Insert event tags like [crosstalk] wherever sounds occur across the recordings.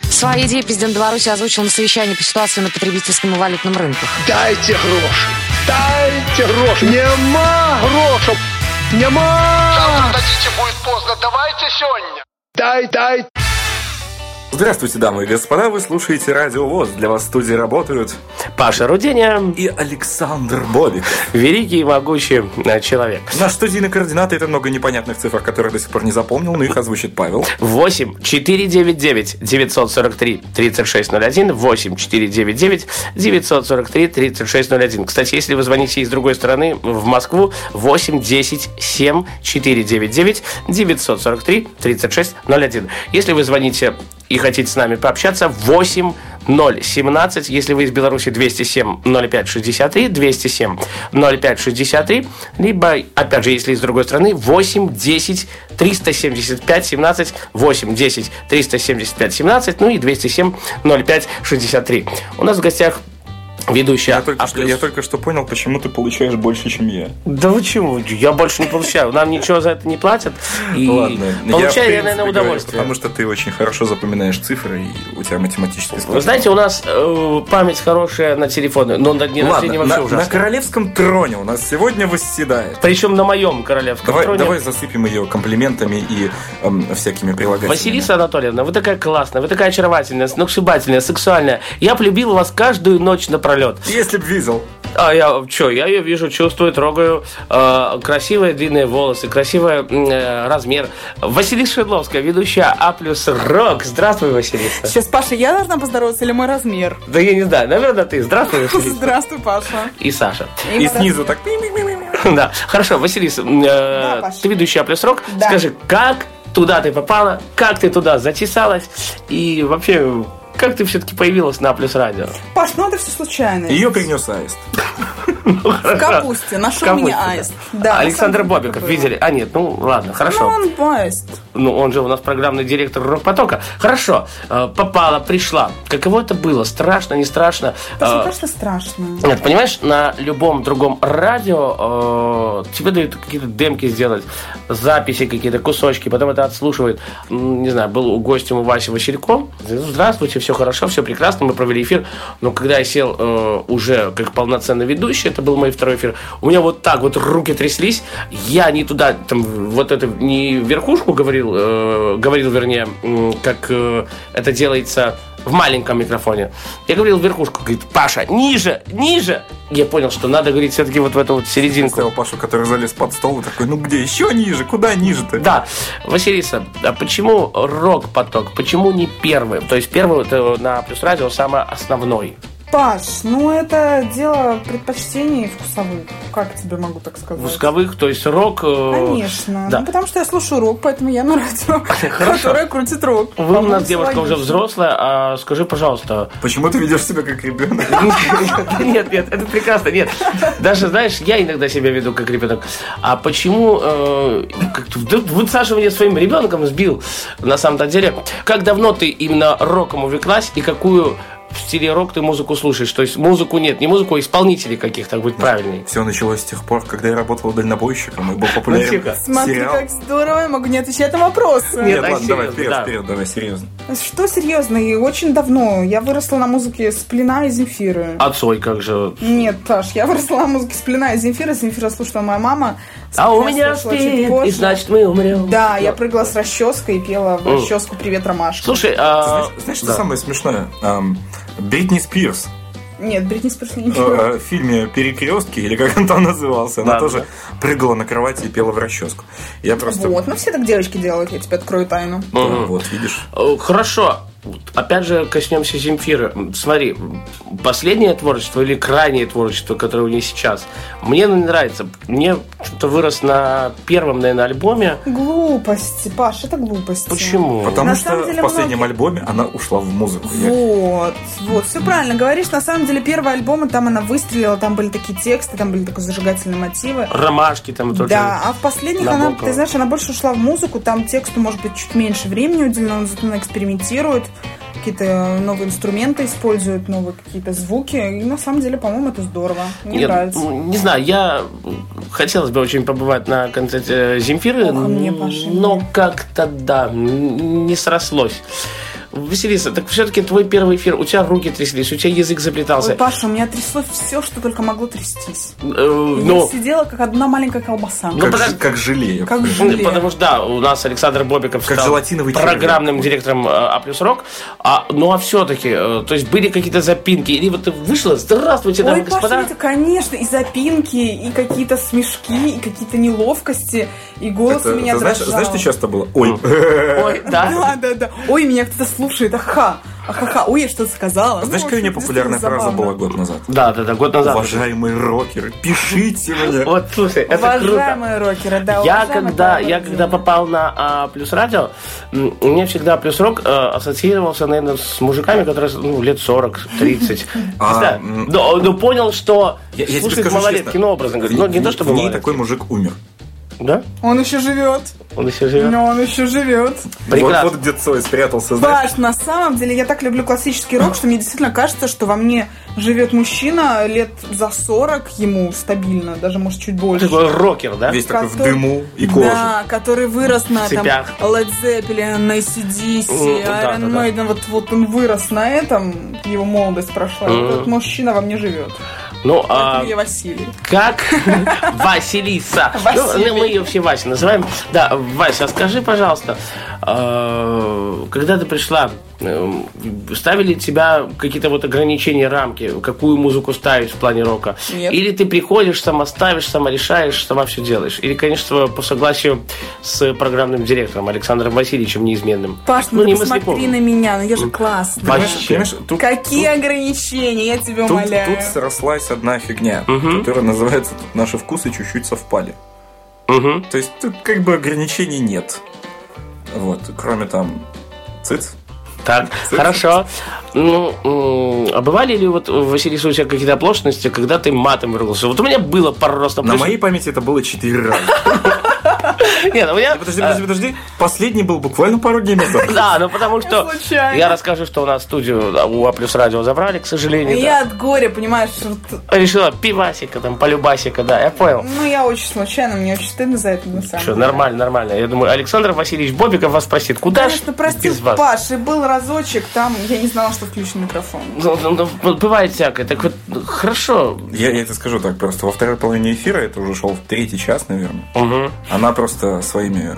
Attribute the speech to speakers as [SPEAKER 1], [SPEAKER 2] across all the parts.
[SPEAKER 1] Свои идеи президент Беларуси озвучил на совещании по ситуации на потребительском и валютном рынке.
[SPEAKER 2] Дайте гроші! Дайте гроші! Нема грошей! Нема!
[SPEAKER 3] Дадите будет поздно, давайте сегодня.
[SPEAKER 2] Дай, дай!
[SPEAKER 4] Здравствуйте, дамы и господа, вы слушаете Радио ВОЗ. Для вас в студии работают
[SPEAKER 5] Паша Руденя,
[SPEAKER 4] и Александр Бобик.
[SPEAKER 5] великий и могучий э, человек.
[SPEAKER 4] Наш студийный координаты – это много непонятных цифр, которые до сих пор не запомнил, но их озвучит Павел.
[SPEAKER 5] 8 499 943 3601 8 499 943 3601. Кстати, если вы звоните из другой страны в Москву 8 10 7 499 943 3601. Если вы звоните и хотите с нами пообщаться 8 017, если вы из Беларуси 207 05 63 207 05 63, либо, опять же, если из другой страны 8 10 375 17 8 10 375 17, ну и 207 05 63. У нас в гостях ведущая.
[SPEAKER 4] Я только,
[SPEAKER 5] А+.
[SPEAKER 4] что, я только что понял, почему ты получаешь больше, чем я.
[SPEAKER 5] Да вы чего? Я больше не получаю. Нам ничего за это не платят. И
[SPEAKER 4] Ну я, в
[SPEAKER 5] Получаю я,
[SPEAKER 4] принципе,
[SPEAKER 5] наверное,
[SPEAKER 4] говорю,
[SPEAKER 5] удовольствие.
[SPEAKER 4] потому что ты очень хорошо запоминаешь цифры, и у тебя математический склад.
[SPEAKER 5] Вы знаете, у нас э, память хорошая на телефоны, но на дне
[SPEAKER 4] Ладно,
[SPEAKER 5] рождения вообще
[SPEAKER 4] на, на
[SPEAKER 5] ужасно.
[SPEAKER 4] королевском троне у нас сегодня восседает.
[SPEAKER 5] Причем на моем королевском
[SPEAKER 4] Давай,
[SPEAKER 5] троне.
[SPEAKER 4] давай засыпем ее комплиментами и эм, всякими прилагательными.
[SPEAKER 5] Василиса Анатольевна, вы такая классная, вы такая очаровательная, сногсшибательная, сексуальная. Я полюбил вас каждую ночь напролет.
[SPEAKER 4] Если б видел.
[SPEAKER 5] А я что, я ее вижу, чувствую, трогаю. Э, красивые длинные волосы, красивый м, э, размер. Василиса Шедловская, ведущая А плюс Рок. Здравствуй, Василиса.
[SPEAKER 6] Сейчас, Паша, я должна поздороваться или мой размер?
[SPEAKER 5] Да я не знаю, наверное,
[SPEAKER 4] [laughs]
[SPEAKER 5] ты. Здравствуй, Василиса.
[SPEAKER 6] Здравствуй, Паша.
[SPEAKER 5] И Саша.
[SPEAKER 4] И снизу так.
[SPEAKER 5] [laughs] Да, хорошо, Василиса, м, э,
[SPEAKER 6] Паш.
[SPEAKER 5] ты ведущая А плюс Рок.
[SPEAKER 6] Да.
[SPEAKER 5] Скажи, как туда ты попала, как ты туда затесалась и вообще... Как ты все-таки появилась на Плюс Радио?
[SPEAKER 6] Паш, ну это все случайно.
[SPEAKER 4] Ее принес аист.
[SPEAKER 6] В капусте. Нашел
[SPEAKER 5] Капусте,
[SPEAKER 6] меня
[SPEAKER 5] да.
[SPEAKER 6] аист.
[SPEAKER 5] Александр
[SPEAKER 6] на самом деле
[SPEAKER 5] Бобиков,
[SPEAKER 6] такое
[SPEAKER 5] видели? А, нет, ну ладно,
[SPEAKER 6] было.
[SPEAKER 5] хорошо.
[SPEAKER 6] Ну, он аист.
[SPEAKER 5] Ну, он же у нас программный директор Рокпотока. Хорошо, э, попала, пришла. Каково это было? Страшно, не страшно?
[SPEAKER 6] Паша,
[SPEAKER 5] Э,
[SPEAKER 6] мне кажется, страшно.
[SPEAKER 5] Нет, понимаешь, на любом другом радио э, тебе дают какие-то демки сделать, записи какие-то, кусочки, потом это отслушивают. М, Не знаю, был у гостем у Васи Василько. Здравствуйте, все хорошо, все прекрасно, мы провели эфир. Но когда я сел э, уже как полноценный ведущий, это был мой второй эфир, у меня вот так вот руки тряслись, я не туда, там, вот это, не верхушку говорил, э, говорил, вернее, м, как э, это делается в маленьком микрофоне. Я говорил в верхушку, говорит, Паша, ниже, ниже. Я понял, что надо говорить все-таки вот в эту вот серединку.
[SPEAKER 4] Представил Пашу, который залез под стол и такой, ну где, еще ниже, куда ниже-то?
[SPEAKER 5] Да, Василиса, а почему рок-поток? Почему не первый? То есть первый это на плюс радио самый основной.
[SPEAKER 6] Паш, ну это дело предпочтений вкусовых. Как тебе могу так сказать?
[SPEAKER 5] Вузковых, то есть рок... э,
[SPEAKER 6] Конечно.
[SPEAKER 5] Да.
[SPEAKER 6] Ну, потому что я слушаю рок, поэтому я на радио,
[SPEAKER 5] [laughs]
[SPEAKER 6] которое крутит рок.
[SPEAKER 5] Вы у нас
[SPEAKER 6] По-моему,
[SPEAKER 5] девушка
[SPEAKER 6] логично.
[SPEAKER 5] уже взрослая, а скажи, пожалуйста,
[SPEAKER 4] Почему ты ведешь себя как [laughs] ребенок?
[SPEAKER 5] Нет, нет, это прекрасно, нет. Даже, знаешь, я иногда себя веду как ребенок. А почему э, как-то вдруг- вот Саша меня своим ребенком сбил, на самом-то деле. Как давно ты именно роком увлеклась и какую в стиле рок ты музыку слушаешь? То есть музыку нет, не музыку, а исполнителей каких-то, будет правильней.
[SPEAKER 4] Все началось с тех пор, когда я работал дальнобойщиком и был
[SPEAKER 5] Ну,
[SPEAKER 4] популярен
[SPEAKER 5] тихо.
[SPEAKER 6] Смотри,
[SPEAKER 4] сериал.
[SPEAKER 6] как здорово, я могу не отвечать на вопросы.
[SPEAKER 5] Нет,
[SPEAKER 4] Нет, ладно, давай,
[SPEAKER 5] серьезно,
[SPEAKER 4] вперед,
[SPEAKER 5] да.
[SPEAKER 4] вперед, давай, серьезно.
[SPEAKER 6] Что серьезно, и очень давно я выросла на музыке Сплина и Земфиры.
[SPEAKER 5] А Цой как же?
[SPEAKER 6] Нет, Паш, я выросла на музыке Сплина и Земфира. Земфира слушала моя мама.
[SPEAKER 5] А у
[SPEAKER 6] Сплина
[SPEAKER 5] меня
[SPEAKER 6] слушала чуть
[SPEAKER 5] спит, и
[SPEAKER 6] позже.
[SPEAKER 5] значит мы умрем.
[SPEAKER 6] Да, я прыгала с расческой и пела в
[SPEAKER 5] М.
[SPEAKER 6] расческу «Привет, Ромашка».
[SPEAKER 5] Слушай,
[SPEAKER 4] Ты
[SPEAKER 5] а...
[SPEAKER 4] Знаешь, знаешь, что
[SPEAKER 5] да.
[SPEAKER 4] самое смешное? Ам, Бритни Спирс
[SPEAKER 6] Нет, Бритни Спирс я не
[SPEAKER 4] э,
[SPEAKER 6] пела.
[SPEAKER 4] э, в фильме «Перекрестки», или как он там назывался, она
[SPEAKER 5] Да,
[SPEAKER 4] тоже прыгала на кровати и пела в расческу. Я просто...
[SPEAKER 6] Вот, ну все так девочки делают, я тебе открою тайну.
[SPEAKER 4] Да,
[SPEAKER 5] Мгм.
[SPEAKER 4] Вот, видишь?
[SPEAKER 5] Э, Хорошо. Опять же, коснемся Земфиры. М, Смотри, последнее творчество или крайнее творчество, которое у нее сейчас, мне оно не нравится. Мне что-то вырос на первом, наверное, альбоме.
[SPEAKER 6] Глупости, Паш, это глупости.
[SPEAKER 5] Почему?
[SPEAKER 4] Потому
[SPEAKER 6] На
[SPEAKER 4] что
[SPEAKER 6] самом деле
[SPEAKER 4] в последнем альбоме она ушла в музыку. Я-
[SPEAKER 6] Вот, вот, все правильно говоришь. На самом деле, первые альбомы, там она выстрелила, там были такие тексты, там были такие зажигательные мотивы.
[SPEAKER 5] Ромашки там и то,
[SPEAKER 6] Да, а в последних она,
[SPEAKER 5] Набокова.
[SPEAKER 6] ты знаешь, она больше ушла в музыку, там тексту, может быть, чуть меньше времени уделено, но зато она экспериментирует, какие-то новые инструменты использует, новые какие-то звуки, и на самом деле, по-моему, это здорово, мне
[SPEAKER 5] Нет,
[SPEAKER 6] нравится.
[SPEAKER 5] ну, не знаю, я м, хотелось бы очень побывать на концерте э, Земфиры,
[SPEAKER 6] Ох, а мне, Паша,
[SPEAKER 5] но
[SPEAKER 6] нет.
[SPEAKER 5] как-то да, м, не срослось. Василиса, так все-таки твой первый эфир, у тебя руки тряслись, у тебя язык
[SPEAKER 6] Ой,
[SPEAKER 5] заплетался.
[SPEAKER 6] Паша, у меня трясло все, что только могло трястись.
[SPEAKER 5] Э,
[SPEAKER 6] Я
[SPEAKER 5] ну,
[SPEAKER 6] сидела, как одна маленькая колбаса.
[SPEAKER 5] Ну,
[SPEAKER 4] Как,
[SPEAKER 5] подожди.
[SPEAKER 4] ж- как желе.
[SPEAKER 6] Как желе.
[SPEAKER 5] Ну, Потому что, да, у нас Александр Бобиков
[SPEAKER 4] Как
[SPEAKER 5] стал
[SPEAKER 4] желатиновый червь.
[SPEAKER 5] программным директором э, А плюс Рок. А, ну, а все-таки, то есть были какие-то запинки? Или вот ты вышла, здравствуйте, дамы
[SPEAKER 6] Ой,
[SPEAKER 5] и господа.
[SPEAKER 6] Паша, ну это, конечно, и запинки, и какие-то смешки, и какие-то неловкости, и голос
[SPEAKER 4] Это-
[SPEAKER 6] у меня
[SPEAKER 4] это знаешь,
[SPEAKER 6] дрожал.
[SPEAKER 4] знаешь, что часто было? Ой,
[SPEAKER 5] Ой, да.
[SPEAKER 4] А,
[SPEAKER 6] Да, да, да. Ой, меня кто-то слушает, аха. Аха-ха, ой, я что-то сказала.
[SPEAKER 4] А знаешь,
[SPEAKER 6] Ну,
[SPEAKER 4] какая у меня
[SPEAKER 6] в общем,
[SPEAKER 4] популярная
[SPEAKER 6] действительно
[SPEAKER 4] фраза была
[SPEAKER 6] забавно.
[SPEAKER 4] год назад?
[SPEAKER 5] Да, да, да, год назад.
[SPEAKER 4] Уважаемые рокеры, пишите мне.
[SPEAKER 5] Вот, слушай, это круто.
[SPEAKER 6] Уважаемые рокеры, да,
[SPEAKER 5] Я
[SPEAKER 6] уважаемые
[SPEAKER 5] когда, я
[SPEAKER 6] товарищи.
[SPEAKER 5] когда попал на А, Плюс Радио, м, у меня всегда Плюс Рок э, ассоциировался, наверное, с мужиками, которые ну, лет
[SPEAKER 4] [laughs]
[SPEAKER 5] 40-30.
[SPEAKER 4] А,
[SPEAKER 5] Да.
[SPEAKER 4] м.
[SPEAKER 5] Но но понял, что
[SPEAKER 4] Я- я тебе
[SPEAKER 5] слушает
[SPEAKER 4] скажу
[SPEAKER 5] малолетки,
[SPEAKER 4] честно,
[SPEAKER 5] ну, образно говоря. Ну, не то, чтобы
[SPEAKER 4] в ней
[SPEAKER 5] малолетки.
[SPEAKER 4] такой мужик умер.
[SPEAKER 5] Да?
[SPEAKER 6] Он еще живет.
[SPEAKER 5] Он еще
[SPEAKER 4] Ну,
[SPEAKER 5] живет.
[SPEAKER 6] Но он еще живет.
[SPEAKER 5] Прекрасно.
[SPEAKER 4] Вот, вот где Цой спрятался, знаешь.
[SPEAKER 6] Паш, на самом деле, я так люблю классический рок, что мне действительно кажется, что во мне живет мужчина лет за 40 ему стабильно, даже, может, чуть больше.
[SPEAKER 5] Такой рокер, да?
[SPEAKER 4] Весь такой в
[SPEAKER 6] Который-
[SPEAKER 4] дыму и коже.
[SPEAKER 6] Да, который вырос на там
[SPEAKER 5] цепях.
[SPEAKER 6] Led Zeppelin, ACDC,
[SPEAKER 5] М, да, да,
[SPEAKER 6] Iron
[SPEAKER 5] да.
[SPEAKER 6] Maiden. Вот, вот он вырос на этом, его молодость прошла.
[SPEAKER 5] Мгм.
[SPEAKER 6] Этот мужчина во мне живет.
[SPEAKER 5] Ну, а
[SPEAKER 6] Поэтому я Василий. [laughs]
[SPEAKER 5] как Василиса.
[SPEAKER 6] Василий.
[SPEAKER 5] Ну, мы ее все Вася называем. Да, Вася, а скажи, пожалуйста, э, когда ты пришла, э, ставили тебя какие-то вот ограничения, рамки, какую музыку ставить в плане рока?
[SPEAKER 6] Нет.
[SPEAKER 5] Или ты приходишь, сама ставишь, сама решаешь, сама все делаешь? Или, конечно, по согласию с программным директором Александром Васильевичем неизменным?
[SPEAKER 6] Паш, ну, ты
[SPEAKER 5] мысли
[SPEAKER 6] посмотри
[SPEAKER 5] помню.
[SPEAKER 6] на меня, ну я же классная.
[SPEAKER 5] Вообще.
[SPEAKER 4] Понимаешь, тут-
[SPEAKER 6] Какие ограничения, я тебя
[SPEAKER 4] Тут,
[SPEAKER 6] умоляю.
[SPEAKER 4] тут срослась одна фигня, которая называется тут «Наши вкусы чуть-чуть совпали».
[SPEAKER 5] Мгм.
[SPEAKER 4] То есть тут как бы ограничений нет. Вот, кроме там циц.
[SPEAKER 5] Так, хорошо. Ну, м, а бывали ли вот, Василиса, у тебя какие-то оплошности, когда ты матом ругался? Вот у меня было пару раз на
[SPEAKER 4] На
[SPEAKER 5] плюс-
[SPEAKER 4] моей памяти это было четыре раза. [laughs]
[SPEAKER 5] Нет, у меня...
[SPEAKER 4] Подожди, подожди, подожди. Последний был буквально пару дней назад.
[SPEAKER 5] а, Да, ну потому что
[SPEAKER 6] Случайно.
[SPEAKER 5] я расскажу, что у нас студию да, у А плюс радио забрали, к сожалению.
[SPEAKER 6] Я от горя, понимаешь, вот,
[SPEAKER 5] да. Решила пивасика там, полюбасика, да, я понял.
[SPEAKER 6] ну я очень случайно, мне очень стыдно за это на самом
[SPEAKER 5] Что,
[SPEAKER 6] деле.
[SPEAKER 5] нормально, нормально. Я думаю, Александр Васильевич Бобиков вас спросит, куда ж
[SPEAKER 6] Конечно, простил
[SPEAKER 5] без вас?
[SPEAKER 6] Паши, был разочек, там я не знала, что включен микрофон.
[SPEAKER 5] Ну, ну, ну, бывает всякое. Так вот, ну, хорошо.
[SPEAKER 4] Я, я тебе скажу так просто. Во второй половине эфира, это уже шел в третий час, наверное,
[SPEAKER 5] Мгм.
[SPEAKER 4] она просто своими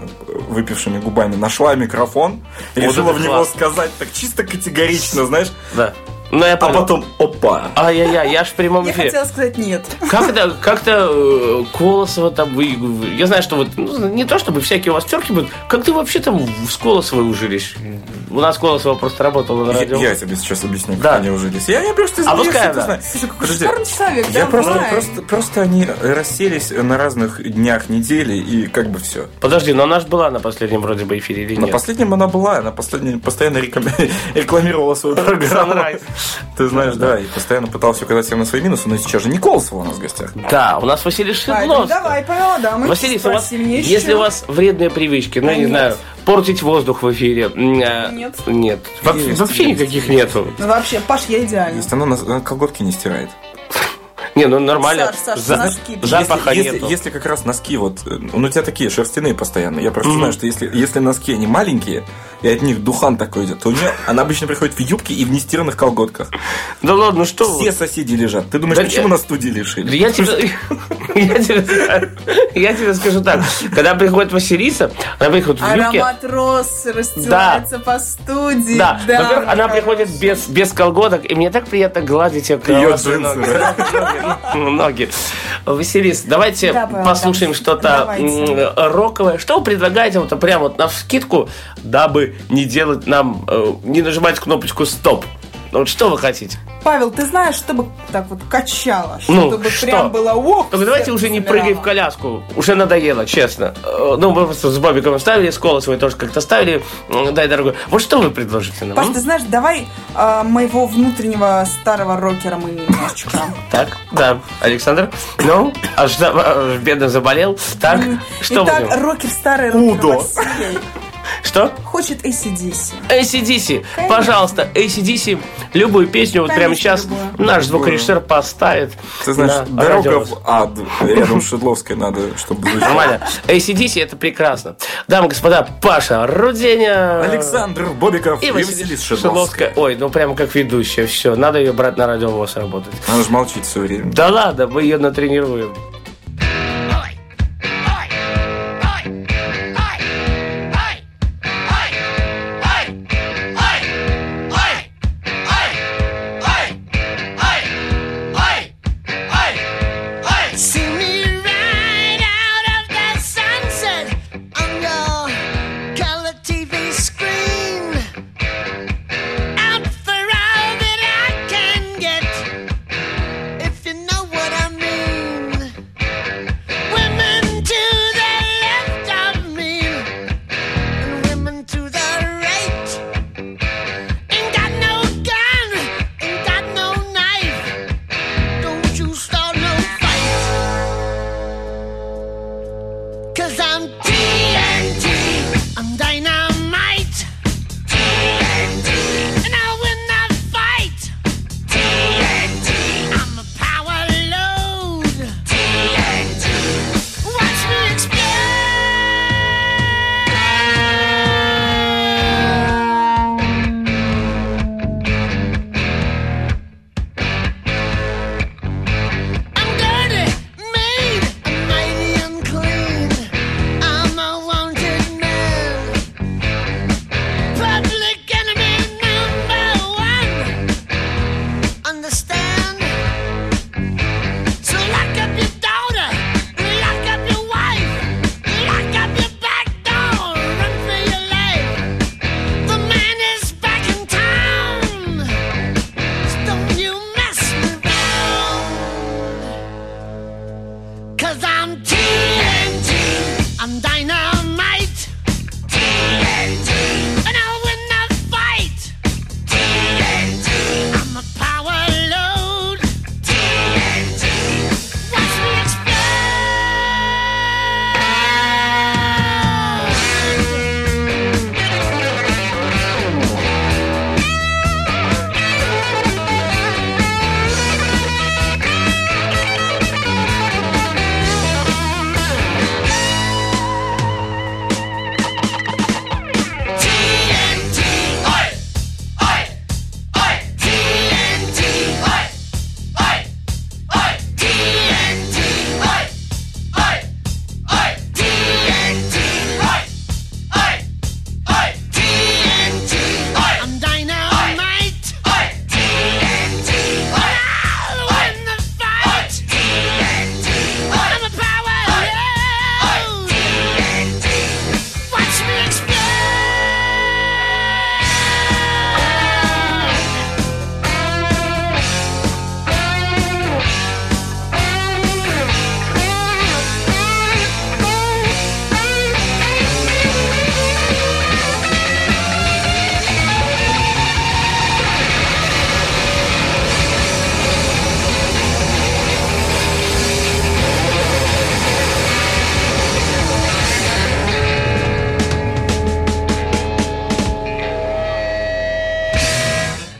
[SPEAKER 4] выпившими губами нашла микрофон, решила
[SPEAKER 5] это
[SPEAKER 4] в него
[SPEAKER 5] классно.
[SPEAKER 4] сказать так чисто категорично, знаешь,
[SPEAKER 5] Да. Ну, я
[SPEAKER 4] а
[SPEAKER 5] понял.
[SPEAKER 4] потом опа.
[SPEAKER 5] Ай-яй-яй, я ж в прямом
[SPEAKER 6] Я
[SPEAKER 5] эфире.
[SPEAKER 6] хотела сказать нет.
[SPEAKER 5] Как это, как-то э, Колосова там, вы- вы- я знаю, что вот, ну, не то чтобы всякие у вас терки будут, как ты вообще там в- с Колосовой ужились? У нас Колосова просто работала на
[SPEAKER 4] Я,
[SPEAKER 5] радио.
[SPEAKER 4] я тебе сейчас объясню, как
[SPEAKER 5] Да.
[SPEAKER 4] они ужились. Я, я просто
[SPEAKER 5] А пускай
[SPEAKER 4] я
[SPEAKER 5] она.
[SPEAKER 4] всё знаю.
[SPEAKER 6] Слушай, какой
[SPEAKER 4] Подожди.
[SPEAKER 6] шикарный человек,
[SPEAKER 4] Я
[SPEAKER 6] да,
[SPEAKER 4] просто,
[SPEAKER 6] бывает.
[SPEAKER 4] просто, просто они расселись на разных днях недели и как бы все.
[SPEAKER 5] Подожди, но она же была на последнем вроде бы эфире или
[SPEAKER 4] На
[SPEAKER 5] нет?
[SPEAKER 4] последнем она была, она последнем постоянно реком- [laughs] рекламировала свою программу.
[SPEAKER 5] Sunrise.
[SPEAKER 4] Ты знаешь, да, и постоянно пытался указать всем на свои минусы, но сейчас же не Колосова у нас в гостях.
[SPEAKER 5] Да, у нас Василий
[SPEAKER 6] Поэтому
[SPEAKER 5] Шидлов.
[SPEAKER 6] ну давай, Павел, да, мы
[SPEAKER 5] Василиса, у вас,
[SPEAKER 6] спросим, есть
[SPEAKER 5] если
[SPEAKER 6] что?
[SPEAKER 5] у вас вредные привычки, ну, я не
[SPEAKER 6] Нет.
[SPEAKER 5] знаю, портить воздух в эфире. м, э,
[SPEAKER 6] Нет.
[SPEAKER 5] Нет. Во-
[SPEAKER 4] Есть,
[SPEAKER 5] Вообще
[SPEAKER 4] есть.
[SPEAKER 5] никаких нету.
[SPEAKER 6] Ну, вообще, Паш, я идеальна.
[SPEAKER 4] Есть, она, нас- она колготки не стирает.
[SPEAKER 5] Не, ну нормально.
[SPEAKER 6] Саш, Саш,
[SPEAKER 5] За-
[SPEAKER 6] носки.
[SPEAKER 5] Запаха
[SPEAKER 4] если, если-
[SPEAKER 5] нету.
[SPEAKER 4] если как раз носки вот, э, ну у тебя такие шерстяные постоянно, я просто знаю, что если, если носки они маленькие, и от них духан такой идет, то у нее она обычно приходит в юбке и в нестиранных колготках.
[SPEAKER 5] Да ладно, ну что вы.
[SPEAKER 4] Все соседи лежат. Ты думаешь,
[SPEAKER 5] Да
[SPEAKER 4] почему
[SPEAKER 5] я-
[SPEAKER 4] нас студии
[SPEAKER 5] Да
[SPEAKER 4] лишили?
[SPEAKER 5] Я тебе, [laughs] я, тебе, я тебе скажу так. Когда приходит Василиса, она приходит в юбке.
[SPEAKER 6] Аромат роз расстилается по студии.
[SPEAKER 5] Да, во-первых, а-
[SPEAKER 6] мне
[SPEAKER 5] она
[SPEAKER 6] кажется.
[SPEAKER 5] приходит без, без колготок, и мне так приятно гладить ее
[SPEAKER 4] Ее
[SPEAKER 5] красные
[SPEAKER 4] джинсы.
[SPEAKER 5] ноги.
[SPEAKER 4] да?
[SPEAKER 5] Ну, Ноги. Василис, давайте
[SPEAKER 6] Да, Павел,
[SPEAKER 5] послушаем
[SPEAKER 6] да.
[SPEAKER 5] что-то
[SPEAKER 6] Давайте.
[SPEAKER 5] м, роковое. Что вы предлагаете вот прям вот на вскидку, дабы не делать нам, э, не нажимать кнопочку «Стоп»? Ну, Вот что вы хотите?
[SPEAKER 6] Павел, ты знаешь, чтобы так вот качало,
[SPEAKER 5] Ну,
[SPEAKER 6] чтобы
[SPEAKER 5] что?
[SPEAKER 6] прям было ок.
[SPEAKER 5] Только Ну, давайте
[SPEAKER 6] сердце
[SPEAKER 5] уже не
[SPEAKER 6] замирало.
[SPEAKER 5] прыгай в коляску. Уже надоело, честно. Э, Ну, мы просто с Бобиком ставили, с Колосовой тоже как-то ставили. М, Дай, дорогой. Вот что вы предложите нам?
[SPEAKER 6] Паш,
[SPEAKER 5] м?
[SPEAKER 6] ты знаешь, давай а, моего внутреннего старого рокера мы немножечко.
[SPEAKER 5] Так, да, Александр. Ну, аж, за- аж бедно заболел. Так, что
[SPEAKER 6] Итак,
[SPEAKER 5] будем?
[SPEAKER 6] рокер старый рокер
[SPEAKER 4] Удо.
[SPEAKER 6] Василий.
[SPEAKER 5] Что?
[SPEAKER 6] Хочет ACDC.
[SPEAKER 5] ACDC,
[SPEAKER 6] Конечно.
[SPEAKER 5] пожалуйста, ACDC, любую песню вот прямо
[SPEAKER 6] Конечно,
[SPEAKER 5] сейчас
[SPEAKER 6] любую.
[SPEAKER 5] наш звукорежиссер поставит.
[SPEAKER 4] Ты знаешь,
[SPEAKER 5] на
[SPEAKER 4] дорога
[SPEAKER 5] радиовоз.
[SPEAKER 4] в ад рядом с Шедловской надо, чтобы звучало.
[SPEAKER 5] Нормально. ACDC это прекрасно. Дамы и господа, Паша Руденя.
[SPEAKER 4] Александр Бобиков и
[SPEAKER 5] А, И
[SPEAKER 4] Василис
[SPEAKER 5] Василиса
[SPEAKER 4] Шедловская.
[SPEAKER 5] Шедловская. Ой, ну прямо как ведущая. Все, надо ее брать на радиовоз работать.
[SPEAKER 4] Она же молчит все время.
[SPEAKER 5] Да ладно, мы ее натренируем.
[SPEAKER 7] Sing me right out of the sunset on your color TV screen. Out for all that I can get, if you know what I mean. Women to the left of me, and women to the right. Ain't got no gun, ain't got no knife. Don't you start no fight. Cause I'm TNT. I'm dynamite. TNT. And I win the fight. TNT. I'm a power load. TNT. Watch me explode. I'm dirty, mean, mighty unclean. I'm a wanted man. Public enemy number one. Understand? So lock up your daughter, lock up your wife, lock up your back door, run for your life. The man is back in town. So don't you mess around. Cause I'm TNT. I'm dynamite. TNT. And I'll win the fight. TNT. I'm a power load. TNT. Watch me TNT. Oi! Oi! Oi! TNT. Oi! Oi! Oi! TNT. Oi! Oi! Oi! TNT. Oi! Oi! Oi! TNT. Oi! I'm dynamite. Oi! TNT. Oi! I'll win the fight. TNT. I'm a power. Oi! TNT. Watch me explode!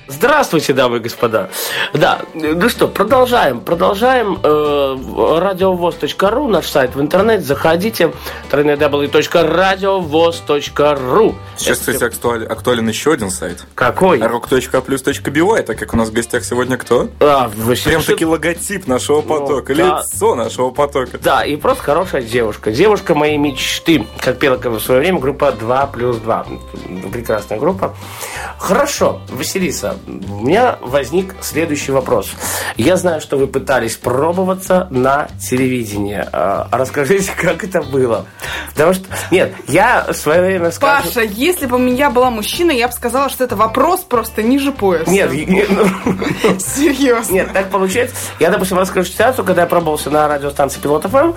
[SPEAKER 5] Здравствуйте, дамы и господа. Да, э, ну что, продолжаем. Продолжаем. Э, радиовоз.ру, наш сайт в интернете. Заходите. www.radiovoz.ru
[SPEAKER 4] Сейчас,
[SPEAKER 5] Это всё-
[SPEAKER 4] кстати, актуаль- актуален еще один сайт.
[SPEAKER 5] Какой?
[SPEAKER 4] rock.plus.bio, а так как у нас в гостях сегодня кто?
[SPEAKER 5] А, вы все-
[SPEAKER 4] Прям-таки логотип нашего потока,
[SPEAKER 5] ну, да.
[SPEAKER 4] лицо нашего потока.
[SPEAKER 5] Да, и просто хорошая девушка. Девушка моей мечты, как пела в свое время группа 2 плюс 2. Прекрасная группа. Хорошо, Василиса, у меня возник следующий вопрос. Я знаю, что вы пытались пробоваться на телевидении. А, Расскажите, как это было? Потому что... Нет, я в свое время скажу...
[SPEAKER 6] Паша, если бы у меня была мужчина, я бы сказала, что это вопрос просто ниже пояса.
[SPEAKER 5] Нет, нет, ну,
[SPEAKER 6] [laughs] Серьезно.
[SPEAKER 5] Нет, так получается. Я, допустим, расскажу ситуацию, когда я пробовался на радиостанции Пилот ФМ,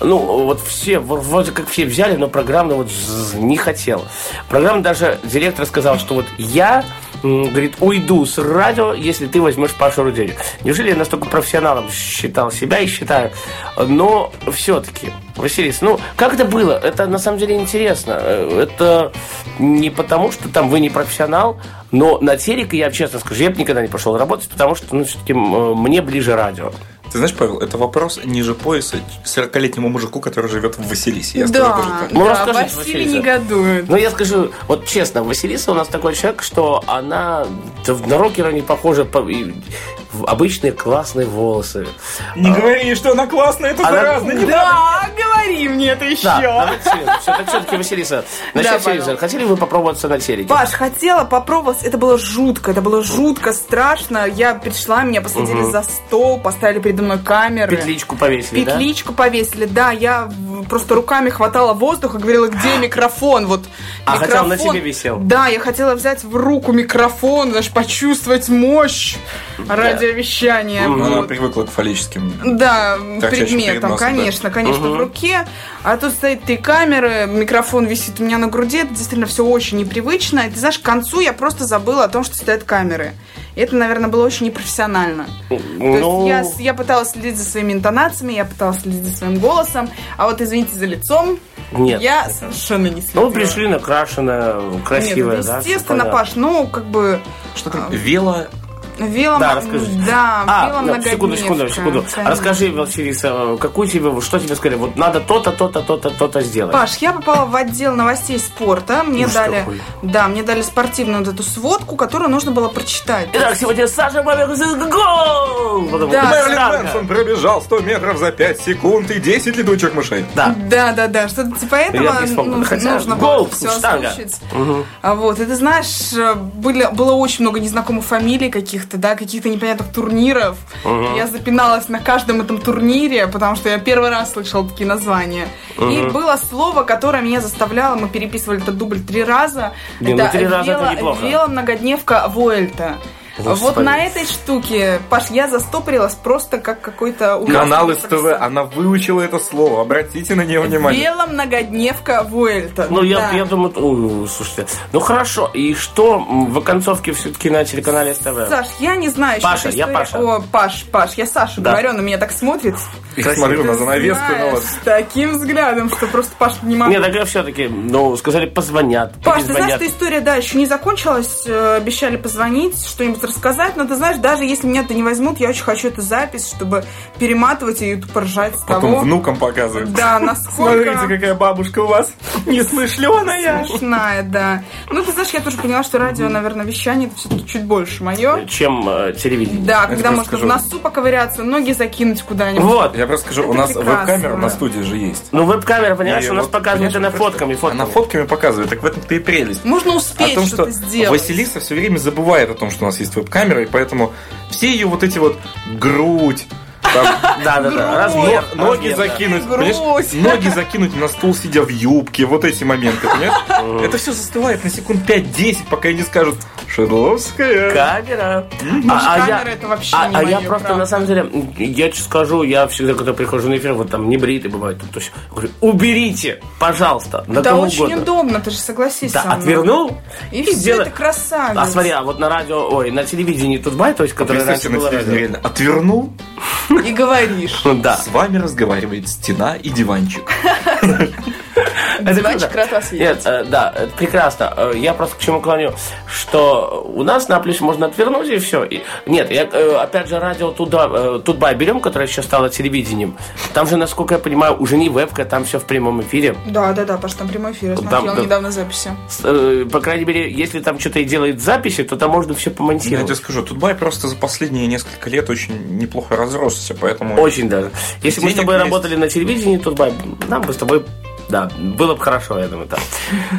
[SPEAKER 5] ну, вот все, в- вроде как все взяли, но программно вот з- не хотел. Программа даже, директор сказал, что вот я м, говорит, уйду с радио, если ты возьмешь Пашу Рудею. Неужели я настолько профессионалом считал себя и считаю? Но все-таки, Василис, ну, как это было? Это на самом деле интересно. Э, Это не потому, что там вы не профессионал, но на телек, я вам честно скажу, я бы никогда не пошел работать, потому что, ну, все-таки мне ближе радио.
[SPEAKER 4] Ты знаешь, Павел, это вопрос ниже пояса 40-летнему мужику, который живет в Василисе. Я скажу даже
[SPEAKER 6] Да,
[SPEAKER 4] так.
[SPEAKER 5] Ну,
[SPEAKER 6] да,
[SPEAKER 5] расскажите,
[SPEAKER 6] Василий
[SPEAKER 5] Василиса.
[SPEAKER 6] негодует.
[SPEAKER 5] Ну, я скажу, вот честно, Василиса у нас такой человек, что она да, на рокера не похожа по- и в обычные классные волосы.
[SPEAKER 4] Не говори, что она классная, это
[SPEAKER 5] А. Она-
[SPEAKER 4] заразно. не-
[SPEAKER 6] Да, говори мне это еще.
[SPEAKER 5] Да, давайте серьезно. Всё, так все-таки, Василиса,
[SPEAKER 6] Да,
[SPEAKER 5] насчет
[SPEAKER 6] Павел.
[SPEAKER 5] телевизора. Хотели бы вы попробоваться на телеке?
[SPEAKER 6] Паш, хотела попробовать, это было жутко, это было жутко, страшно. Я пришла, меня посадили за стол, поставили передо мной камеры.
[SPEAKER 5] Петличку повесили, да?
[SPEAKER 6] Петличку повесили, да, я в- просто руками хватала воздуха, говорила, где микрофон, вот
[SPEAKER 5] А,
[SPEAKER 6] микрофон.
[SPEAKER 5] хотя он на тебе висел.
[SPEAKER 6] Да, я хотела взять в руку микрофон, даже почувствовать мощь радиовещания.
[SPEAKER 4] Ну, Она
[SPEAKER 6] вот.
[SPEAKER 4] привыкла к фаллическим.
[SPEAKER 6] Да,
[SPEAKER 4] Так, чаще перед
[SPEAKER 6] предметом,
[SPEAKER 4] носом, да.
[SPEAKER 6] конечно, конечно, в руке. А тут стоит три камеры, микрофон висит у меня на груди. Это действительно все очень непривычно. И ты знаешь, к концу я просто забыла о том, что стоят камеры. И это, наверное, было очень непрофессионально.
[SPEAKER 5] Ну,
[SPEAKER 6] То есть я с- я, пыталась следить за своими интонациями, я пыталась следить за своим голосом, а вот, извините за лицом,
[SPEAKER 5] Нет.
[SPEAKER 6] я совершенно не следила.
[SPEAKER 5] Ну, вы пришли накрашенная,
[SPEAKER 6] Нет,
[SPEAKER 5] красивая,
[SPEAKER 6] это
[SPEAKER 5] да?
[SPEAKER 6] естественно,
[SPEAKER 5] всё понятно.
[SPEAKER 6] Паш, ну, как бы,
[SPEAKER 4] Что там? Вело...
[SPEAKER 6] велом...
[SPEAKER 5] Да, расскажи.
[SPEAKER 6] Да,
[SPEAKER 5] А,
[SPEAKER 6] велом
[SPEAKER 5] да, секунду, секунду,
[SPEAKER 6] многодневка,
[SPEAKER 5] секунду.
[SPEAKER 6] конечно.
[SPEAKER 5] Расскажи, Василиса, какую тебе, что тебе сказали? Вот надо то-то, то-то, то-то, то-то сделать.
[SPEAKER 6] Паш, я попала в отдел новостей спорта. Мне
[SPEAKER 5] Ужас
[SPEAKER 6] дали,
[SPEAKER 5] какой.
[SPEAKER 6] да, мне дали спортивную вот эту сводку, которую нужно было прочитать.
[SPEAKER 5] Итак, сегодня Саша Бабек гол! Потому
[SPEAKER 6] Да.
[SPEAKER 5] что
[SPEAKER 4] Мерлин
[SPEAKER 5] Саша.
[SPEAKER 4] Мэнсон пробежал 100 метров за 5 секунд и 10 летучих мышей.
[SPEAKER 5] Да.
[SPEAKER 6] Да, да, да, что-то типа этого
[SPEAKER 5] Я не вспомнил.
[SPEAKER 6] ну,
[SPEAKER 5] Хотя
[SPEAKER 6] нужно
[SPEAKER 5] гол,
[SPEAKER 6] было все
[SPEAKER 5] штанга.
[SPEAKER 6] озвучить. А Вот, и ты знаешь, э, были, было очень много незнакомых фамилий каких-то, да, каких-то непонятных турниров. Я запиналась на каждом этом турнире, потому что я первый раз слышала такие названия. И было слово, которое меня заставляло, мы переписывали этот дубль три раза.
[SPEAKER 5] Не, ну, три раза это неплохо.
[SPEAKER 6] «Вела многодневка Вуэльта.
[SPEAKER 5] Господи.
[SPEAKER 6] Вот на этой штуке, Паш, я застопорилась просто как какой-то... ужасный
[SPEAKER 4] Канал
[SPEAKER 6] профессор.
[SPEAKER 4] СТВ, она выучила это слово, обратите на нее внимание.
[SPEAKER 6] Вела многодневка Вуэльта.
[SPEAKER 5] Ну, я,
[SPEAKER 6] Да.
[SPEAKER 5] я думаю, т- ой, слушайте, ну хорошо, и что м, в оконцовке все-таки на телеканале СТВ?
[SPEAKER 6] Саш, я не знаю,
[SPEAKER 5] Паша,
[SPEAKER 6] эта
[SPEAKER 5] я
[SPEAKER 6] история-
[SPEAKER 5] Паша.
[SPEAKER 6] О, Паш, Паш, я Саша
[SPEAKER 5] Да.
[SPEAKER 6] говорю, он на меня так смотрит.
[SPEAKER 4] Я смотрю на
[SPEAKER 6] Ты
[SPEAKER 4] занавеску, ну
[SPEAKER 6] знаешь,
[SPEAKER 4] вот.
[SPEAKER 6] С таким взглядом, что просто Паш не могу.
[SPEAKER 5] Нет, так все-таки, ну, сказали, позвонят,
[SPEAKER 6] Паш, ты знаешь,
[SPEAKER 5] перезвонят.
[SPEAKER 6] что история, да, еще не закончилась. э, Обещали позвонить, что-нибудь рассказать. Но ты знаешь, даже если меня это не возьмут, я очень хочу эту запись, чтобы перематывать и поржать с
[SPEAKER 4] Потом
[SPEAKER 6] того.
[SPEAKER 4] внукам показывают. [laughs]
[SPEAKER 6] Да, насколько
[SPEAKER 4] какая бабушка у вас [laughs] несмышленая.
[SPEAKER 6] смешная, да. Ну, ты знаешь, я тоже поняла, что радио, наверное, вещание это все-таки чуть больше мое.
[SPEAKER 5] чем э, телевидение.
[SPEAKER 6] Да,
[SPEAKER 4] тебе
[SPEAKER 6] когда можно
[SPEAKER 4] скажу.
[SPEAKER 6] в носу поковыряться, ноги закинуть куда-нибудь.
[SPEAKER 5] Вот.
[SPEAKER 4] Я просто скажу, у
[SPEAKER 6] Это
[SPEAKER 4] нас
[SPEAKER 6] прекрасно.
[SPEAKER 4] веб-камера на студии же есть.
[SPEAKER 5] Ну, веб-камера, понимаешь,
[SPEAKER 4] И
[SPEAKER 5] у нас
[SPEAKER 4] вот,
[SPEAKER 5] показывает
[SPEAKER 4] понимаешь,
[SPEAKER 5] она
[SPEAKER 4] просто-
[SPEAKER 5] фотками, фотками.
[SPEAKER 4] Она фотками показывает, так в этом-то и прелесть.
[SPEAKER 6] Можно
[SPEAKER 4] О
[SPEAKER 6] успеть
[SPEAKER 4] том, что
[SPEAKER 6] что-то сделать.
[SPEAKER 4] Василиса все время забывает о том, что у нас есть веб-камера, и поэтому все ее вот эти вот грудь, там,
[SPEAKER 5] [laughs] Да, да, да. Размер.
[SPEAKER 4] Но- Ноги
[SPEAKER 5] размер, да.
[SPEAKER 4] закинуть,
[SPEAKER 6] Грудь.
[SPEAKER 4] понимаешь? Ноги закинуть на стул, сидя в юбке. Вот эти моменты,
[SPEAKER 5] [laughs]
[SPEAKER 4] понимаешь? Это все застывает на секунд 5-10, пока ей не скажут Шедловская.
[SPEAKER 5] Камера.
[SPEAKER 6] Слушай, Ну, камера это вообще
[SPEAKER 5] а,
[SPEAKER 6] не
[SPEAKER 5] а я
[SPEAKER 6] моё,
[SPEAKER 5] просто
[SPEAKER 6] правда.
[SPEAKER 5] на самом деле, м, я честно скажу, я всегда, когда прихожу на эфир, вот там не бритый бывает, то есть говорю, уберите, пожалуйста, на
[SPEAKER 6] Да
[SPEAKER 5] кого
[SPEAKER 6] очень
[SPEAKER 5] угодно.
[SPEAKER 6] удобно, ты же согласись
[SPEAKER 5] Да,
[SPEAKER 6] со мной.
[SPEAKER 5] отвернул
[SPEAKER 6] И все,
[SPEAKER 5] сделай.
[SPEAKER 6] ты красавец.
[SPEAKER 5] А смотри, а вот на радио, ой, на телевидении тут бай, то есть, который
[SPEAKER 4] Представьте,
[SPEAKER 5] раньше
[SPEAKER 4] на
[SPEAKER 5] было
[SPEAKER 4] телевидении
[SPEAKER 5] радио.
[SPEAKER 4] реально отвернул,
[SPEAKER 6] И говоришь.
[SPEAKER 5] Ну, Да.
[SPEAKER 4] с вами разговаривает стена и диванчик.
[SPEAKER 5] [laughs] Это круто.
[SPEAKER 6] Диванчик рад вас видеть.
[SPEAKER 5] Нет, э, да, это прекрасно. Э, Я просто к чему клоню, что у нас на плюс можно отвернуть и все. И- нет, я, э, опять же, радио туда, э, Тутбай берем, которое еще стало телевидением. Там же, насколько я понимаю, уже не вебка, там все в прямом эфире.
[SPEAKER 6] Да, да, да, Паш, там прямой эфир. Я
[SPEAKER 5] Там,
[SPEAKER 6] смотрела
[SPEAKER 5] да.
[SPEAKER 6] недавно записи.
[SPEAKER 5] С- э, по крайней мере, если там что-то и делает записи, то там можно все
[SPEAKER 4] Я
[SPEAKER 5] помонтировать.
[SPEAKER 4] тебе скажу, Тутбай просто за последние несколько лет очень неплохо разросся, поэтому...
[SPEAKER 5] Очень даже. Если бы мы с
[SPEAKER 4] Денег
[SPEAKER 5] тобой
[SPEAKER 4] есть.
[SPEAKER 5] работали на телевидении, то бай, нам бы с тобой, да, было бы хорошо, я
[SPEAKER 6] [laughs]
[SPEAKER 5] думаю, да.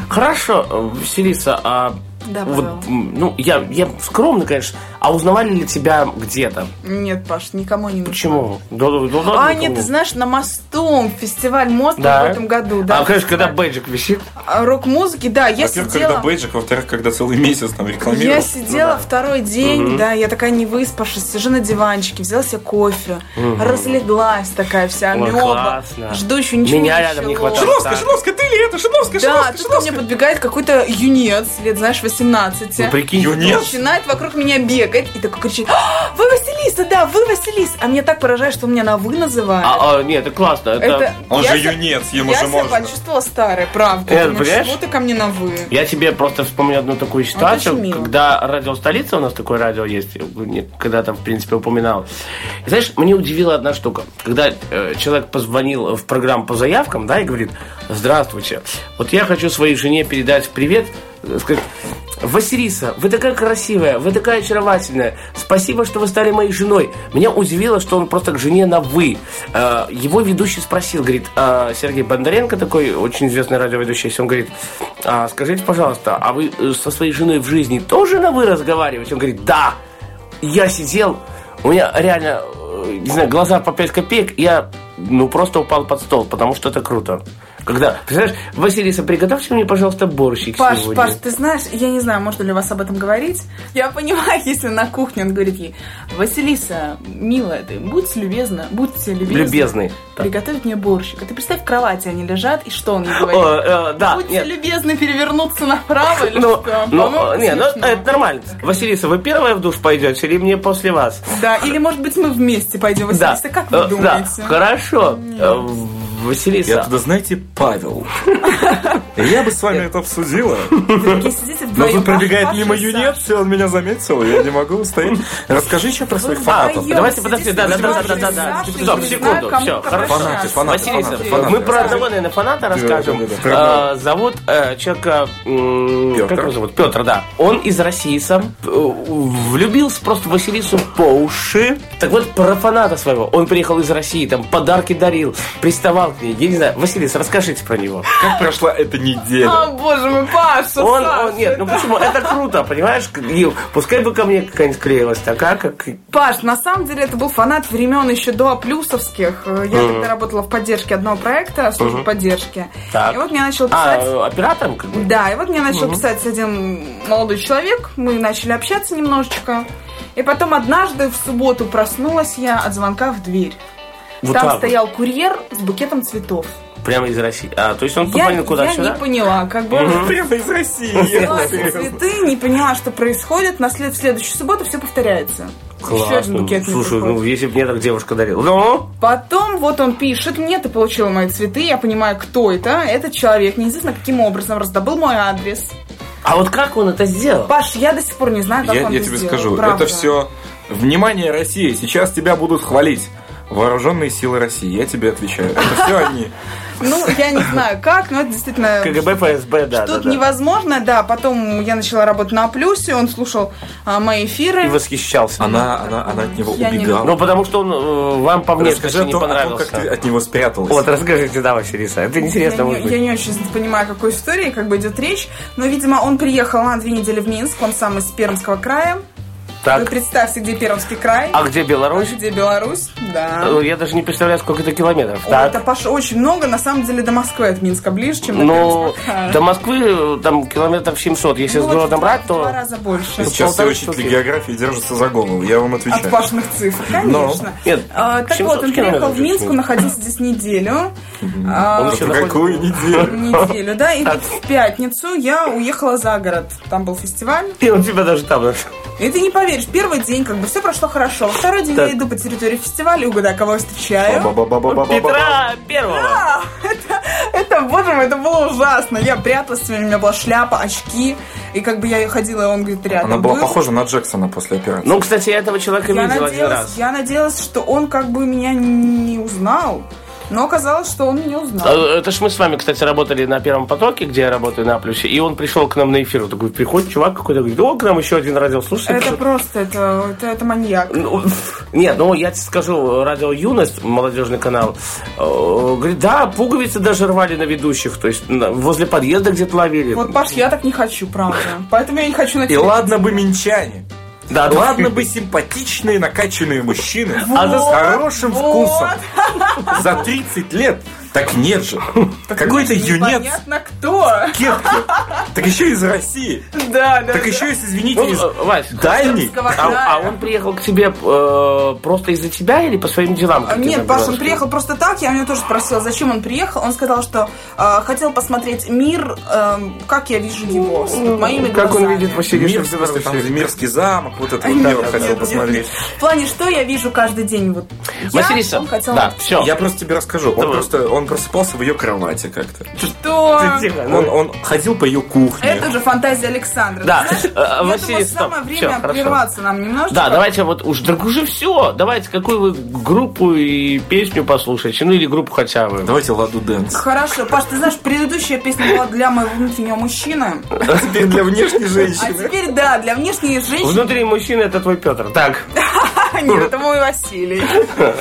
[SPEAKER 5] Хорошо, э, Василиса, а
[SPEAKER 6] Да,
[SPEAKER 5] вот,
[SPEAKER 6] пожалуйста.
[SPEAKER 5] м, ну, я, я скромно, конечно, а узнавали ли тебя где-то?
[SPEAKER 6] Нет, Паш, никому не нужно.
[SPEAKER 5] Почему? Да, да, да ладно,
[SPEAKER 6] А, нет,
[SPEAKER 5] кому?
[SPEAKER 6] ты знаешь, на мосту фестиваль моста
[SPEAKER 5] Да.
[SPEAKER 6] в этом году, да.
[SPEAKER 5] А, конечно, когда бейджик висит.
[SPEAKER 6] А, Рок-музыки, да, я
[SPEAKER 4] Во-первых, когда
[SPEAKER 6] сидела.
[SPEAKER 4] бейджик, во-вторых, когда целый месяц там рекламировал.
[SPEAKER 6] Я
[SPEAKER 5] Ну
[SPEAKER 6] сидела второй день, да, я такая не выспавшись, сижу на диванчике, взяла себе кофе, разлеглась такая вся,
[SPEAKER 5] Ой,
[SPEAKER 6] амеба,
[SPEAKER 5] классно.
[SPEAKER 6] жду еще ничего
[SPEAKER 5] Меня
[SPEAKER 6] не
[SPEAKER 5] рядом не
[SPEAKER 6] началось.
[SPEAKER 5] хватало.
[SPEAKER 4] Шиновская, Шиновская, ты ли это? Шиновская,
[SPEAKER 6] Да,
[SPEAKER 4] Шиновская,
[SPEAKER 6] тут ко мне
[SPEAKER 4] Шиновская.
[SPEAKER 6] подбегает какой-то юнец, лет, знаешь, 18.
[SPEAKER 4] Ну, прикинь,
[SPEAKER 6] Он
[SPEAKER 4] нет.
[SPEAKER 6] Начинает вокруг меня бегать и такой кричит, «А, вы Василиса, да, вы Василиса. А меня так поражает, что он меня на вы называют.
[SPEAKER 5] А, а, нет, это классно. Это...
[SPEAKER 6] Это-
[SPEAKER 4] Он
[SPEAKER 6] я
[SPEAKER 4] же
[SPEAKER 6] се-
[SPEAKER 4] юнец, ему
[SPEAKER 6] я
[SPEAKER 4] же
[SPEAKER 6] себя
[SPEAKER 4] можно.
[SPEAKER 6] почувствовала старой, правда.
[SPEAKER 5] Э,
[SPEAKER 6] Думаю,
[SPEAKER 5] понимаешь?
[SPEAKER 6] Чего ты ко мне на вы?
[SPEAKER 5] Я тебе просто вспомню одну такую
[SPEAKER 6] Это
[SPEAKER 5] ситуацию,
[SPEAKER 6] очень мило.
[SPEAKER 5] когда радио «Столица», у нас такое радио есть, я не- когда-то, в принципе, упоминал. И знаешь, мне удивила одна штука. Когда э, человек позвонил в программу по заявкам, да, и говорит, здравствуйте, вот я хочу своей жене передать привет, э, сказать, Василиса, вы такая красивая, вы такая очаровательная. Спасибо, что вы стали моей женой. Меня удивило, что он просто к жене на «вы». Э, Его ведущий спросил, говорит, а, Сергей Бондаренко, такой очень известный радиоведущий, он говорит, «А, скажите, пожалуйста, а вы э, со своей женой в жизни тоже на «вы» разговариваете? Он говорит, да. Я сидел, у меня реально, э, не знаю, глаза по 5 копеек, я, ну, просто упал под стол, потому что это круто. Когда, представляешь, Василиса, приготовьте мне, пожалуйста, борщик
[SPEAKER 6] Паш,
[SPEAKER 5] сегодня.
[SPEAKER 6] Паш, ты знаешь, я не знаю, можно ли у вас об этом говорить. Я понимаю, [laughs] если на кухне он говорит ей, Василиса, милая ты, будь любезна, будьте любезны.
[SPEAKER 5] Любезный. Да.
[SPEAKER 6] Приготовить мне борщик. А ты представь, в кровати они лежат, и
[SPEAKER 5] [laughs]
[SPEAKER 6] что он ей говорит?
[SPEAKER 5] О, э, да,
[SPEAKER 6] Будьте
[SPEAKER 5] нет.
[SPEAKER 6] любезны перевернуться направо
[SPEAKER 5] [laughs]
[SPEAKER 6] или
[SPEAKER 5] Ну,
[SPEAKER 6] что?
[SPEAKER 5] ну,
[SPEAKER 6] По-моему,
[SPEAKER 5] э, не, ну,
[SPEAKER 6] смешно.
[SPEAKER 5] это нормально. Василиса, вы первая в душ пойдете или мне после вас?
[SPEAKER 6] Да, или может быть мы вместе пойдем,
[SPEAKER 5] Да.
[SPEAKER 6] Василиса, как вы
[SPEAKER 5] Э, Да,
[SPEAKER 6] думаете?
[SPEAKER 5] хорошо. Э, Василиса.
[SPEAKER 4] Я туда, знаете,
[SPEAKER 6] [laughs]
[SPEAKER 4] Павел. Я бы с вами это обсудила.
[SPEAKER 6] Такие сидите
[SPEAKER 4] Но
[SPEAKER 6] вдвоем,
[SPEAKER 4] тут пробегает
[SPEAKER 6] Паш,
[SPEAKER 4] мимо
[SPEAKER 6] Паша и
[SPEAKER 4] юнец, и он меня заметил, и я не могу устоять. Расскажи еще про своих фанатов.
[SPEAKER 6] вдвоем
[SPEAKER 5] Давайте,
[SPEAKER 6] сидите
[SPEAKER 5] подожди, да, да,
[SPEAKER 6] вдвоем,
[SPEAKER 5] да, да, да, да.
[SPEAKER 6] Саша,
[SPEAKER 5] Стоп,
[SPEAKER 6] и не
[SPEAKER 5] секунду,
[SPEAKER 6] знаю, кому
[SPEAKER 5] всё, хорошо.
[SPEAKER 4] Фанаты,
[SPEAKER 6] обращаться.
[SPEAKER 4] фанаты,
[SPEAKER 5] Василиса,
[SPEAKER 4] фанаты.
[SPEAKER 5] мы про одного, наверное, фаната расскажем.
[SPEAKER 4] да, да.
[SPEAKER 5] Э, Зовут э, человека... м,
[SPEAKER 4] Пётр.
[SPEAKER 5] Как его зовут? Петр, да. Он из России сам. э, Влюбился просто в Василису по уши. Так вот, про фаната своего. Он приехал из России, там подарки дарил, приставал к ней. Я не знаю. Василиса, расскажите про него.
[SPEAKER 4] Как прошла эта неделя?
[SPEAKER 6] О, А, боже мой, Паша,
[SPEAKER 5] Он,
[SPEAKER 6] Саша.
[SPEAKER 5] он, нет, ну почему? Это круто, понимаешь? И Пускай бы ко мне какая-нибудь клеилась такая, как...
[SPEAKER 6] Паш, на самом деле это был фанат времен еще до плюсовских. Э, Я тогда работала в поддержке одного проекта, службы поддержки.
[SPEAKER 5] Так.
[SPEAKER 6] И вот мне начал
[SPEAKER 5] А,
[SPEAKER 6] писать...
[SPEAKER 5] э, оператором как бы?
[SPEAKER 6] Да, и вот мне начал писать один молодой человек, мы начали общаться немножечко. И потом однажды в субботу проснулась я от звонка в дверь.
[SPEAKER 5] Вот
[SPEAKER 6] Там
[SPEAKER 5] так вот.
[SPEAKER 6] стоял курьер с букетом цветов.
[SPEAKER 5] Прямо из России. А, то есть он
[SPEAKER 6] Я,
[SPEAKER 5] позвонил
[SPEAKER 6] я
[SPEAKER 5] куда-сюда?
[SPEAKER 6] не поняла, как бы он
[SPEAKER 4] Прямо из
[SPEAKER 6] [laughs] взяла
[SPEAKER 4] России.
[SPEAKER 6] эти
[SPEAKER 5] [laughs]
[SPEAKER 6] цветы, не поняла, что происходит. На след- в следующую субботу все повторяется. Еще один букет мне
[SPEAKER 5] Слушай,
[SPEAKER 6] приходит.
[SPEAKER 5] ну если бы мне так девушка дарила. Ну,
[SPEAKER 6] Потом вот он пишет мне, ты получила мои цветы, я понимаю, кто это. Этот человек, неизвестно каким образом, раздобыл мой адрес.
[SPEAKER 5] а вот как он это сделал?
[SPEAKER 6] Паш, я до сих пор не знаю, как
[SPEAKER 4] Я,
[SPEAKER 6] он
[SPEAKER 4] я
[SPEAKER 6] это
[SPEAKER 4] тебе
[SPEAKER 6] сделал,
[SPEAKER 4] скажу,
[SPEAKER 6] правда.
[SPEAKER 4] это все... Внимание, Россия, сейчас тебя будут хвалить. Вооруженные силы России, я тебе отвечаю. Это все они.
[SPEAKER 6] Ну, я не знаю как, но это действительно...
[SPEAKER 5] КГБ, ФСБ, да, да,
[SPEAKER 6] Тут
[SPEAKER 5] да.
[SPEAKER 6] невозможно, да. Потом я начала работать на Плюсе, он слушал а, мои эфиры.
[SPEAKER 5] И восхищался.
[SPEAKER 4] Она, она, она от него
[SPEAKER 6] Я не
[SPEAKER 4] убегала.
[SPEAKER 5] Ну, потому что он э, вам по
[SPEAKER 4] Расскажи
[SPEAKER 5] внешности
[SPEAKER 6] а
[SPEAKER 4] о
[SPEAKER 5] не
[SPEAKER 4] том, о том,
[SPEAKER 5] понравился.
[SPEAKER 4] как ты от него спряталась.
[SPEAKER 5] Вот, расскажите, да, Василиса. Это
[SPEAKER 6] Я
[SPEAKER 5] интересно может
[SPEAKER 6] не, я
[SPEAKER 5] быть.
[SPEAKER 6] не очень понимаю, о какой истории как бы идет речь. Но, видимо, он приехал на две недели в Минск, он сам из Пермского края. Вы
[SPEAKER 5] Так,
[SPEAKER 6] представьте, где Пермский край,
[SPEAKER 5] а где Беларусь?
[SPEAKER 6] где Беларусь, да.
[SPEAKER 5] Э, Я даже не представляю, сколько это километров.
[SPEAKER 6] Ой,
[SPEAKER 5] Так.
[SPEAKER 6] Это Паша очень много, на самом деле до Москвы от Минска ближе, чем до
[SPEAKER 5] Ну,
[SPEAKER 6] Пермского края.
[SPEAKER 5] до Москвы э, там километров 700. Если
[SPEAKER 6] Ну,
[SPEAKER 5] с городом
[SPEAKER 6] в два-
[SPEAKER 5] брать,
[SPEAKER 6] в Два
[SPEAKER 5] то...
[SPEAKER 6] раза больше.
[SPEAKER 4] Сейчас все
[SPEAKER 5] Полторы
[SPEAKER 4] учители
[SPEAKER 5] штуки.
[SPEAKER 4] географии держатся за голову, я вам
[SPEAKER 6] От
[SPEAKER 4] отвечаю.
[SPEAKER 6] Пашиных цифр, конечно.
[SPEAKER 5] Ну, Нет,
[SPEAKER 6] А, так
[SPEAKER 5] 700
[SPEAKER 6] вот,
[SPEAKER 5] километров
[SPEAKER 6] он приехал в
[SPEAKER 5] же
[SPEAKER 6] Минск,
[SPEAKER 5] всего.
[SPEAKER 6] он находился здесь неделю. А,
[SPEAKER 5] Он
[SPEAKER 4] Ну,
[SPEAKER 5] еще
[SPEAKER 4] в
[SPEAKER 5] находит-
[SPEAKER 4] какую неделю?
[SPEAKER 6] неделю,
[SPEAKER 5] [laughs]
[SPEAKER 6] да, и тут в пятницу я уехала за город. Там был фестиваль.
[SPEAKER 5] И он тебя даже там нашел.
[SPEAKER 6] И ты не поверишь, первый день как бы все прошло хорошо. Во Второй день
[SPEAKER 5] Так.
[SPEAKER 6] я иду по территории фестиваля, и угадай, кого я встречаю.
[SPEAKER 4] Ба-ба-ба-ба-ба-ба-ба.
[SPEAKER 5] Петра Первого.
[SPEAKER 6] Это, боже мой, это было ужасно. Я пряталась, у меня была шляпа, очки. И как бы я ходила, и он говорит, рядом
[SPEAKER 4] Она была
[SPEAKER 6] был.
[SPEAKER 4] похожа на Джексона после операции.
[SPEAKER 5] Ну, кстати, я этого человека
[SPEAKER 6] Я
[SPEAKER 5] видел один
[SPEAKER 6] надеялась,
[SPEAKER 5] раз.
[SPEAKER 6] я надеялась, что он как бы меня не узнал, но оказалось, что он меня узнал.
[SPEAKER 5] А, Это ж мы с вами, кстати, работали на первом потоке, где я работаю на плюсе, и он пришел к нам на эфир. Он такой, приходит чувак какой-то, говорит, о, к нам еще один радиослушатель.
[SPEAKER 6] Это просто, это, это, это маньяк.
[SPEAKER 5] Ну, [laughs] Нет, ну я тебе скажу, радио Юность, молодежный канал, э, говорит, да, пуговицы даже рвали на ведущих, то есть на- возле подъезда где-то ловили.
[SPEAKER 6] Вот, Паш, я так не хочу, правда. Поэтому я не хочу на
[SPEAKER 4] И
[SPEAKER 6] тебя.
[SPEAKER 4] ладно бы минчане.
[SPEAKER 5] Да, ну, да.
[SPEAKER 4] Ладно бы симпатичные накачанные мужчины
[SPEAKER 5] А за-
[SPEAKER 4] с хорошим вкусом за 30 лет Так нет же. Какой-то юнец
[SPEAKER 6] Понятно кто. [laughs]
[SPEAKER 4] кепки. Так еще из России.
[SPEAKER 6] Да, да.
[SPEAKER 4] Так еще из, извините,
[SPEAKER 5] Ну,
[SPEAKER 4] из
[SPEAKER 5] э, Вась,
[SPEAKER 4] дальней.
[SPEAKER 6] Крымского
[SPEAKER 5] а,
[SPEAKER 6] края.
[SPEAKER 5] а он приехал к тебе э, просто из-за тебя или по своим делам?
[SPEAKER 6] А,
[SPEAKER 5] каким-то
[SPEAKER 6] Нет, Паш, он
[SPEAKER 5] белорусским?
[SPEAKER 6] приехал просто так. Я у него тоже спросила, зачем он приехал. Он сказал, что э, хотел посмотреть мир, эм, как я вижу его, с моими
[SPEAKER 5] Как он
[SPEAKER 6] глазами.
[SPEAKER 5] видит Василиса
[SPEAKER 4] Мир,
[SPEAKER 5] в
[SPEAKER 4] в смысле, там
[SPEAKER 5] Беларуси?
[SPEAKER 4] Мирский замок, вот это
[SPEAKER 6] Нет,
[SPEAKER 4] вот я вот
[SPEAKER 6] нет,
[SPEAKER 4] хотел
[SPEAKER 6] нет,
[SPEAKER 4] посмотреть.
[SPEAKER 6] нет. В плане, что я вижу каждый день. Вот я
[SPEAKER 5] Василиса,
[SPEAKER 6] он хотел-
[SPEAKER 5] да, все.
[SPEAKER 4] А Я просто тебе расскажу. Он
[SPEAKER 5] Давай.
[SPEAKER 4] просто он просыпался в ее кровати как-то.
[SPEAKER 6] Что?
[SPEAKER 5] ну
[SPEAKER 4] Он, он ходил по ее кухне.
[SPEAKER 6] Это же фантазия Александра.
[SPEAKER 5] Да.
[SPEAKER 6] Ты знаешь,
[SPEAKER 5] Э,
[SPEAKER 6] я думаю,
[SPEAKER 5] Василиса, всё,
[SPEAKER 6] самое время
[SPEAKER 5] хорошо.
[SPEAKER 6] прерваться нам немножечко.
[SPEAKER 5] Да, давайте вот уж, так уже все. Давайте, какую вы группу и песню послушаете, ну или группу хотя бы.
[SPEAKER 4] Давайте Ладу
[SPEAKER 6] [laughs]
[SPEAKER 4] Дэнс.
[SPEAKER 6] Хорошо, Паш, ты знаешь, предыдущая песня была для моего внутреннего мужчины,
[SPEAKER 4] А теперь для [laughs] внешней
[SPEAKER 6] а
[SPEAKER 4] женщины.
[SPEAKER 6] теперь, да, для внешней женщины. [laughs]
[SPEAKER 5] Внутренний мужчина это твой Петр. Так, [laughs]
[SPEAKER 6] Нет, это мой Василий.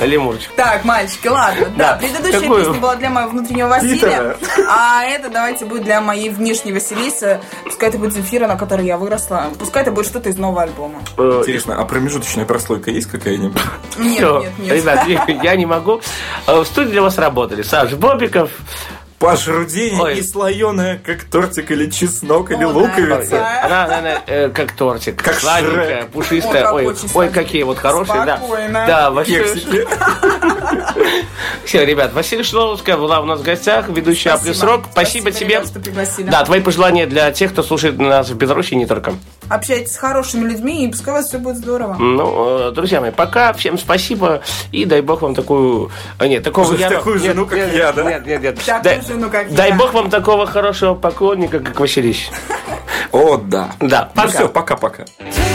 [SPEAKER 5] Лемурчик.
[SPEAKER 6] Так, мальчики, ладно. Да,
[SPEAKER 5] Да,
[SPEAKER 6] предыдущая
[SPEAKER 5] какую?
[SPEAKER 6] песня была для моего внутреннего Василия, а это давайте будет для моей внешней Василисы. Пускай это будет Земфира, на которой я выросла. Пускай это будет что-то из нового альбома.
[SPEAKER 5] Э,
[SPEAKER 4] Интересно, а промежуточная прослойка есть какая-нибудь?
[SPEAKER 6] Нет,
[SPEAKER 5] всё.
[SPEAKER 6] нет, нет.
[SPEAKER 5] Ребят, [laughs] я не могу. Э, В студии для вас работали Саш Бобиков,
[SPEAKER 4] Паш Рудений
[SPEAKER 5] Ой.
[SPEAKER 4] и слоеная, как тортик или чеснок или
[SPEAKER 6] О, да.
[SPEAKER 4] луковица.
[SPEAKER 6] Да.
[SPEAKER 5] Она, наверное, э, как тортик.
[SPEAKER 4] Как
[SPEAKER 5] сладенькая,
[SPEAKER 4] Шрек.
[SPEAKER 6] Ой,
[SPEAKER 5] пушистая.
[SPEAKER 6] как
[SPEAKER 5] Ой,
[SPEAKER 6] очень
[SPEAKER 5] ой,
[SPEAKER 6] сладенькая.
[SPEAKER 5] какие вот хорошие, да.
[SPEAKER 6] Спокойно.
[SPEAKER 5] Да, А вообще.
[SPEAKER 4] Кексики.
[SPEAKER 5] Все, ребят, Василий Шиловская была у нас в гостях, ведущая
[SPEAKER 6] Спасибо.
[SPEAKER 5] Плюс Рок. Спасибо, тебе.
[SPEAKER 6] ребят, что пригласили.
[SPEAKER 5] Да, твои пожелания для тех, кто слушает нас в Беларуси, и не только.
[SPEAKER 6] Общайтесь с хорошими людьми, и пускай у вас все будет здорово.
[SPEAKER 5] Ну, э, друзья мои, пока. Всем спасибо. И дай бог вам такую... а, Нет, такого
[SPEAKER 4] Слушай,
[SPEAKER 5] яру-
[SPEAKER 4] такую
[SPEAKER 5] нет,
[SPEAKER 4] жену, как
[SPEAKER 5] нет,
[SPEAKER 4] я, да?
[SPEAKER 5] Нет, нет, нет.
[SPEAKER 6] Такую
[SPEAKER 5] Дай-
[SPEAKER 6] жену, ну, как
[SPEAKER 5] Дай
[SPEAKER 6] я.
[SPEAKER 5] бог вам такого хорошего поклонника, как Василий.
[SPEAKER 4] О, да.
[SPEAKER 5] Да,
[SPEAKER 4] Ну
[SPEAKER 5] пока.
[SPEAKER 4] все, пока-пока.
[SPEAKER 7] Take